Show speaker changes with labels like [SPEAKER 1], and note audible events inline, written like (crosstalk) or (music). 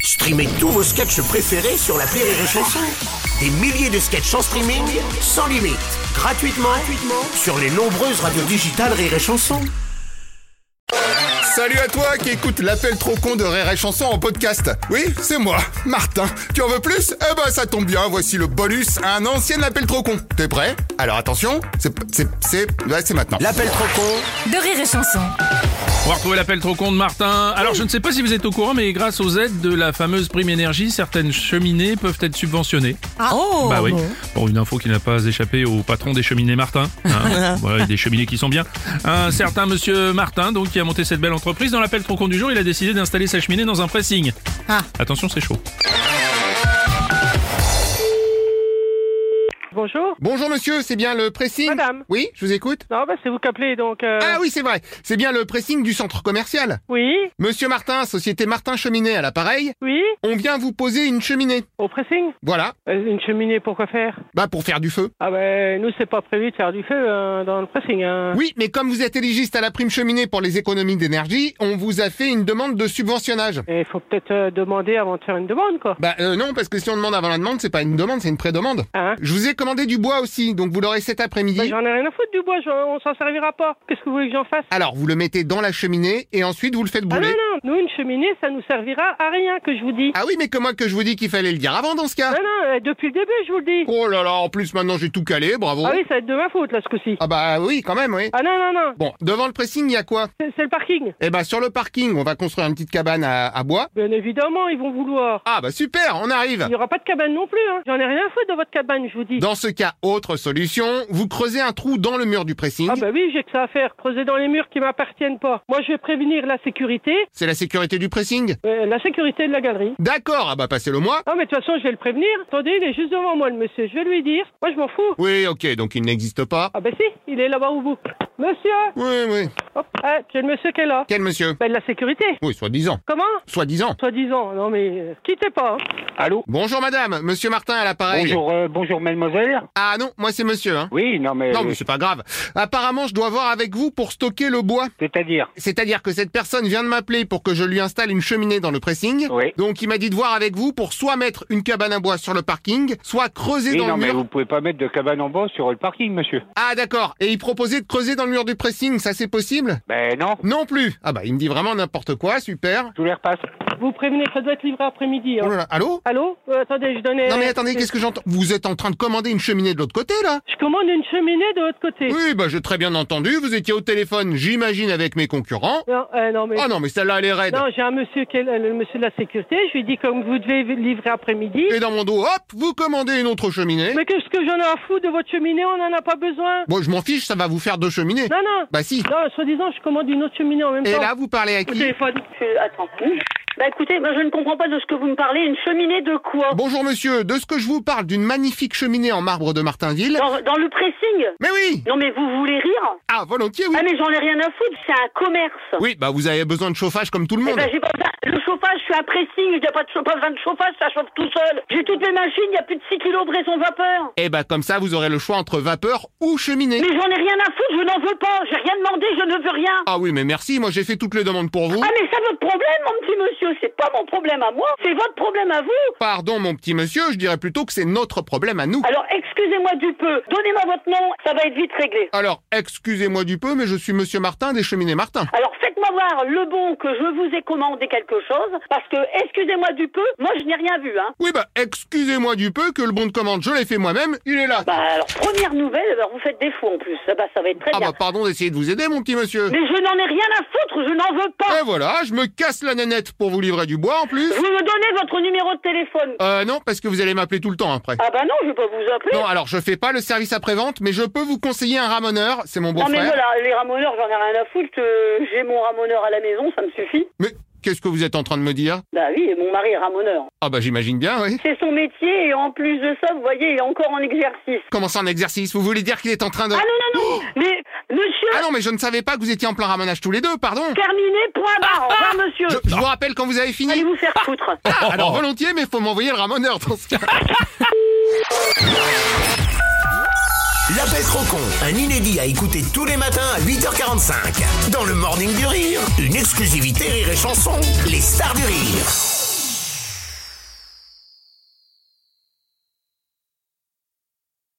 [SPEAKER 1] Streamez tous vos sketchs préférés sur la Rire et Chanson. Des milliers de sketchs en streaming, sans limite, gratuitement, gratuitement sur les nombreuses radios digitales Rire et Chanson.
[SPEAKER 2] Salut à toi qui écoute l'appel trop con de Rire et Chanson en podcast. Oui, c'est moi, Martin. Tu en veux plus Eh ben ça tombe bien, voici le bonus à un ancien appel trop con. T'es prêt Alors attention, c'est c'est c'est ouais, c'est maintenant.
[SPEAKER 1] L'appel trop con
[SPEAKER 3] de rire et chanson.
[SPEAKER 4] On va retrouver l'appel trop con de Martin. Alors, je ne sais pas si vous êtes au courant, mais grâce aux aides de la fameuse prime énergie, certaines cheminées peuvent être subventionnées.
[SPEAKER 3] oh
[SPEAKER 4] bah oui. Bon, une info qui n'a pas échappé au patron des cheminées Martin.
[SPEAKER 3] (laughs)
[SPEAKER 4] hein. voilà, il y a des cheminées qui sont bien. Un certain monsieur Martin, donc, qui a monté cette belle entreprise, dans l'appel trop con du jour, il a décidé d'installer sa cheminée dans un pressing.
[SPEAKER 3] Ah.
[SPEAKER 4] Attention, c'est chaud.
[SPEAKER 5] Bonjour.
[SPEAKER 2] Bonjour monsieur, c'est bien le pressing
[SPEAKER 5] Madame.
[SPEAKER 2] Oui, je vous écoute.
[SPEAKER 5] Non, bah, c'est vous qu'appelez, donc... euh,
[SPEAKER 2] Ah oui, c'est vrai. C'est bien le pressing du centre commercial.
[SPEAKER 5] Oui,
[SPEAKER 2] Monsieur Martin, société Martin Cheminée à l'appareil.
[SPEAKER 5] oui,
[SPEAKER 2] On vient vous poser une cheminée.
[SPEAKER 5] au pressing.
[SPEAKER 2] Voilà,
[SPEAKER 5] Euh, Une cheminée, pourquoi faire
[SPEAKER 2] bah pour faire du feu.
[SPEAKER 5] Ah ben, nous, c'est pas prévu de faire du feu hein, dans le pressing. Hein.
[SPEAKER 2] Oui, mais comme vous êtes éligiste à la prime cheminée pour les économies d'énergie, on vous a fait une demande de subventionnage.
[SPEAKER 5] Il faut peut-être euh, demander avant de faire une demande, quoi.
[SPEAKER 2] Bah euh, non, parce que si on demande avant la demande, c'est pas une demande, c'est une prédemande.
[SPEAKER 5] Hein
[SPEAKER 2] Je vous ai commandé du bois aussi, donc vous l'aurez cet
[SPEAKER 5] Bah,
[SPEAKER 2] après-midi.
[SPEAKER 5] J'en ai rien à foutre du bois, j'en- on s'en servira pas. Qu'est-ce que vous voulez que j'en fasse
[SPEAKER 2] Alors, vous le mettez dans la cheminée et ensuite vous le faites
[SPEAKER 5] Ah non,
[SPEAKER 2] brûler.
[SPEAKER 5] non, nous, une cheminée, ça nous servira à rien, que je vous dis.
[SPEAKER 2] Ah oui, mais comment que je vous dis qu'il fallait le dire avant dans ce cas
[SPEAKER 5] Non, non, euh, depuis le début, je vous le dis.
[SPEAKER 2] Ah. Oh là là, en plus maintenant j'ai tout calé, bravo.
[SPEAKER 5] Ah oui, ça va être de ma faute, là, ce coup-ci.
[SPEAKER 2] Ah bah oui, quand même, oui.
[SPEAKER 5] Ah non, non, non,
[SPEAKER 2] Bon, devant le pressing, il y a quoi
[SPEAKER 5] c'est c'est le parking.
[SPEAKER 2] Eh ben sur le parking, on va construire une petite cabane à, à bois.
[SPEAKER 5] Bien évidemment, ils vont vouloir.
[SPEAKER 2] Ah bah super, on arrive
[SPEAKER 5] Il n'y aura pas de cabane non plus, hein. J'en ai rien à foutre de votre cabane, je vous dis.
[SPEAKER 2] Dans ce cas, autre solution, vous creusez un trou dans le mur du pressing.
[SPEAKER 5] Ah bah oui, j'ai que ça à faire, creuser dans les murs qui m'appartiennent pas. Moi, je vais prévenir la sécurité,
[SPEAKER 2] C'est la sécurité du pressing
[SPEAKER 5] euh, la sécurité de la galerie.
[SPEAKER 2] D'accord, ah bah passez-le moi.
[SPEAKER 5] Ah mais de toute façon, je vais le prévenir. Attendez, il est juste devant moi, le monsieur. Je vais lui dire. Moi, je m'en fous.
[SPEAKER 2] Oui, ok, donc il n'existe pas.
[SPEAKER 5] Ah bah si, il est là-bas au bout. Monsieur
[SPEAKER 2] Oui, oui.
[SPEAKER 5] Hop, ah, j'ai le monsieur qui est là.
[SPEAKER 2] Quel monsieur
[SPEAKER 5] Bah, de la sécurité.
[SPEAKER 2] Oui, soi-disant.
[SPEAKER 5] Comment
[SPEAKER 2] Soi-disant.
[SPEAKER 5] Soi-disant. Non mais, euh, quittez pas. hein.
[SPEAKER 6] Allô
[SPEAKER 2] Bonjour madame, monsieur Martin à l'appareil.
[SPEAKER 6] Bonjour, euh, bonjour mademoiselle.
[SPEAKER 2] Ah non, moi c'est monsieur, hein.
[SPEAKER 6] Eh Oui, non mais, euh,
[SPEAKER 2] Non, mais c'est pas grave. Apparemment, je dois voir avec vous pour stocker le bois.
[SPEAKER 6] c'est-à-dire,
[SPEAKER 2] C'est-à-dire que cette personne vient de m'appeler pour que je lui installe une cheminée dans le pressing.
[SPEAKER 6] Oui.
[SPEAKER 2] Donc, il m'a dit de voir avec vous pour soit mettre une cabane à bois sur le parking, soit creuser
[SPEAKER 6] oui,
[SPEAKER 2] dans
[SPEAKER 6] non
[SPEAKER 2] le
[SPEAKER 6] mais
[SPEAKER 2] mur.
[SPEAKER 6] vous pouvez pas mettre de cabane en bois sur le parking, monsieur.
[SPEAKER 2] Ah, d'accord. Et il proposait de creuser dans le mur du pressing, ça c'est possible
[SPEAKER 6] Ben non,
[SPEAKER 2] Non plus. Ah bah, il me dit vraiment n'importe quoi, super.
[SPEAKER 6] je vous les repasse.
[SPEAKER 5] Vous prévenez, ça doit être livré après-midi. hein.
[SPEAKER 2] Oh là là, allô
[SPEAKER 5] Allô Euh, Attendez, je donnais...
[SPEAKER 6] Eh,
[SPEAKER 2] Non mais attendez, qu'est-ce que j'entends Vous êtes en train de commander une cheminée de l'autre côté, là
[SPEAKER 5] Je commande une cheminée de l'autre côté.
[SPEAKER 2] Oui, bah, j'ai très bien entendu. Vous étiez au téléphone, j'imagine, avec mes concurrents.
[SPEAKER 5] Non, euh, non mais...
[SPEAKER 2] Oh non, mais celle-là, elle est raide.
[SPEAKER 5] Non, j'ai un monsieur qui est le le monsieur de la sécurité. Je lui dis comme vous devez livrer après-midi.
[SPEAKER 2] Et dans mon dos, hop, vous commandez une autre cheminée.
[SPEAKER 5] Mais qu'est-ce que j'en ai à foutre de votre cheminée On n'en a pas besoin.
[SPEAKER 2] Bon, je m'en fiche, ça va vous faire deux cheminées.
[SPEAKER 5] Non, non.
[SPEAKER 2] Bah si.
[SPEAKER 5] Non, soi-disant, je commande une autre cheminée en même
[SPEAKER 2] Et
[SPEAKER 5] temps.
[SPEAKER 2] là, vous parlez à
[SPEAKER 5] Au
[SPEAKER 2] qui
[SPEAKER 5] téléphone.
[SPEAKER 7] Je- Attends. Bah écoutez, moi, je ne comprends pas de ce que vous me parlez. Une cheminée de quoi
[SPEAKER 2] Bonjour monsieur, de ce que je vous parle d'une magnifique cheminée en marbre de Martinville.
[SPEAKER 7] dans, dans le pressing
[SPEAKER 2] Mais oui
[SPEAKER 7] Non mais vous voulez rire
[SPEAKER 2] Ah, volontiers, oui.
[SPEAKER 7] Ah mais j'en ai rien à foutre, c'est un commerce.
[SPEAKER 2] Oui, bah vous avez besoin de chauffage comme tout le
[SPEAKER 7] Eh
[SPEAKER 2] monde.
[SPEAKER 7] ben, j'ai pas besoin- Le chauffage, je suis un pressing, je n'ai pas de, chauffage, pas besoin de chauffage, ça chauffe tout seul. J'ai toutes mes machines, il y a plus de 6 kilos de raison vapeur.
[SPEAKER 2] Eh bah comme ça, vous aurez le choix entre vapeur ou cheminée.
[SPEAKER 7] Mais j'en ai rien à foutre, je n'en veux pas, j'ai rien demandé, je ne veux rien.
[SPEAKER 2] Ah oui, mais merci, moi j'ai fait toutes les demandes pour vous.
[SPEAKER 7] Ah mais ça votre problème mon petit monsieur, c'est pas mon problème à moi, c'est votre problème à vous.
[SPEAKER 2] Pardon mon petit monsieur, je dirais plutôt que c'est notre problème à nous.
[SPEAKER 7] Alors excusez-moi du peu, donnez-moi votre nom, ça va être vite réglé.
[SPEAKER 2] Alors, excusez-moi du peu, mais je suis monsieur Martin des cheminées Martin.
[SPEAKER 7] Alors faites-moi voir le bon que je vous ai commandé quelque chose, parce que, excusez-moi du peu, moi je n'ai rien vu, hein.
[SPEAKER 2] Oui, bah excusez-moi du peu que le bon de commande, je l'ai fait moi-même, il est là.
[SPEAKER 7] Bah alors, première nouvelle, alors vous faites défaut en plus, Ah bah ça va être très
[SPEAKER 2] Ah
[SPEAKER 7] bien.
[SPEAKER 2] bah pardon d'essayer de vous aider mon petit monsieur.
[SPEAKER 7] Mais je n'en ai rien à foutre, je n'en veux pas
[SPEAKER 2] Et voilà, je me casse la nanette pour vous livrer du bois en plus.
[SPEAKER 7] Vous me donnez votre numéro de téléphone
[SPEAKER 2] Euh, non, parce que vous allez m'appeler tout le temps après.
[SPEAKER 7] Ah bah non, je vais pas vous appeler
[SPEAKER 2] Non, alors je fais pas le service après-vente, mais je peux vous conseiller un ramoneur, c'est mon
[SPEAKER 7] Non, mais
[SPEAKER 2] beau-frère.
[SPEAKER 7] voilà, les ramoneurs, j'en ai rien à foutre, euh, j'ai mon ramoneur à la maison, ça me suffit.
[SPEAKER 2] Mais qu'est-ce que vous êtes en train de me dire
[SPEAKER 7] Bah oui, mon mari est ramoneur.
[SPEAKER 2] Ah bah j'imagine bien, oui.
[SPEAKER 7] C'est son métier, et en plus de ça, vous voyez, il est encore en exercice.
[SPEAKER 2] Comment ça un exercice Vous voulez dire qu'il est en train de...
[SPEAKER 7] Ah non, non, non Mais, monsieur,
[SPEAKER 2] oh Ah non, mais je ne savais pas que vous étiez en plein ramonage tous les deux, pardon.
[SPEAKER 7] terminé, point barre, au revoir monsieur
[SPEAKER 2] Ah, Je, je vous rappelle quand vous avez
[SPEAKER 7] Allez
[SPEAKER 2] fini.
[SPEAKER 7] vous faire foutre
[SPEAKER 2] Ah, alors volontiers, mais faut m'envoyer le ramoneur dans ce cas.
[SPEAKER 1] L'appel trop con, un inédit à écouter tous les matins à 8h45. Dans le morning du rire, une exclusivité Rire et Chanson, les stars du rire.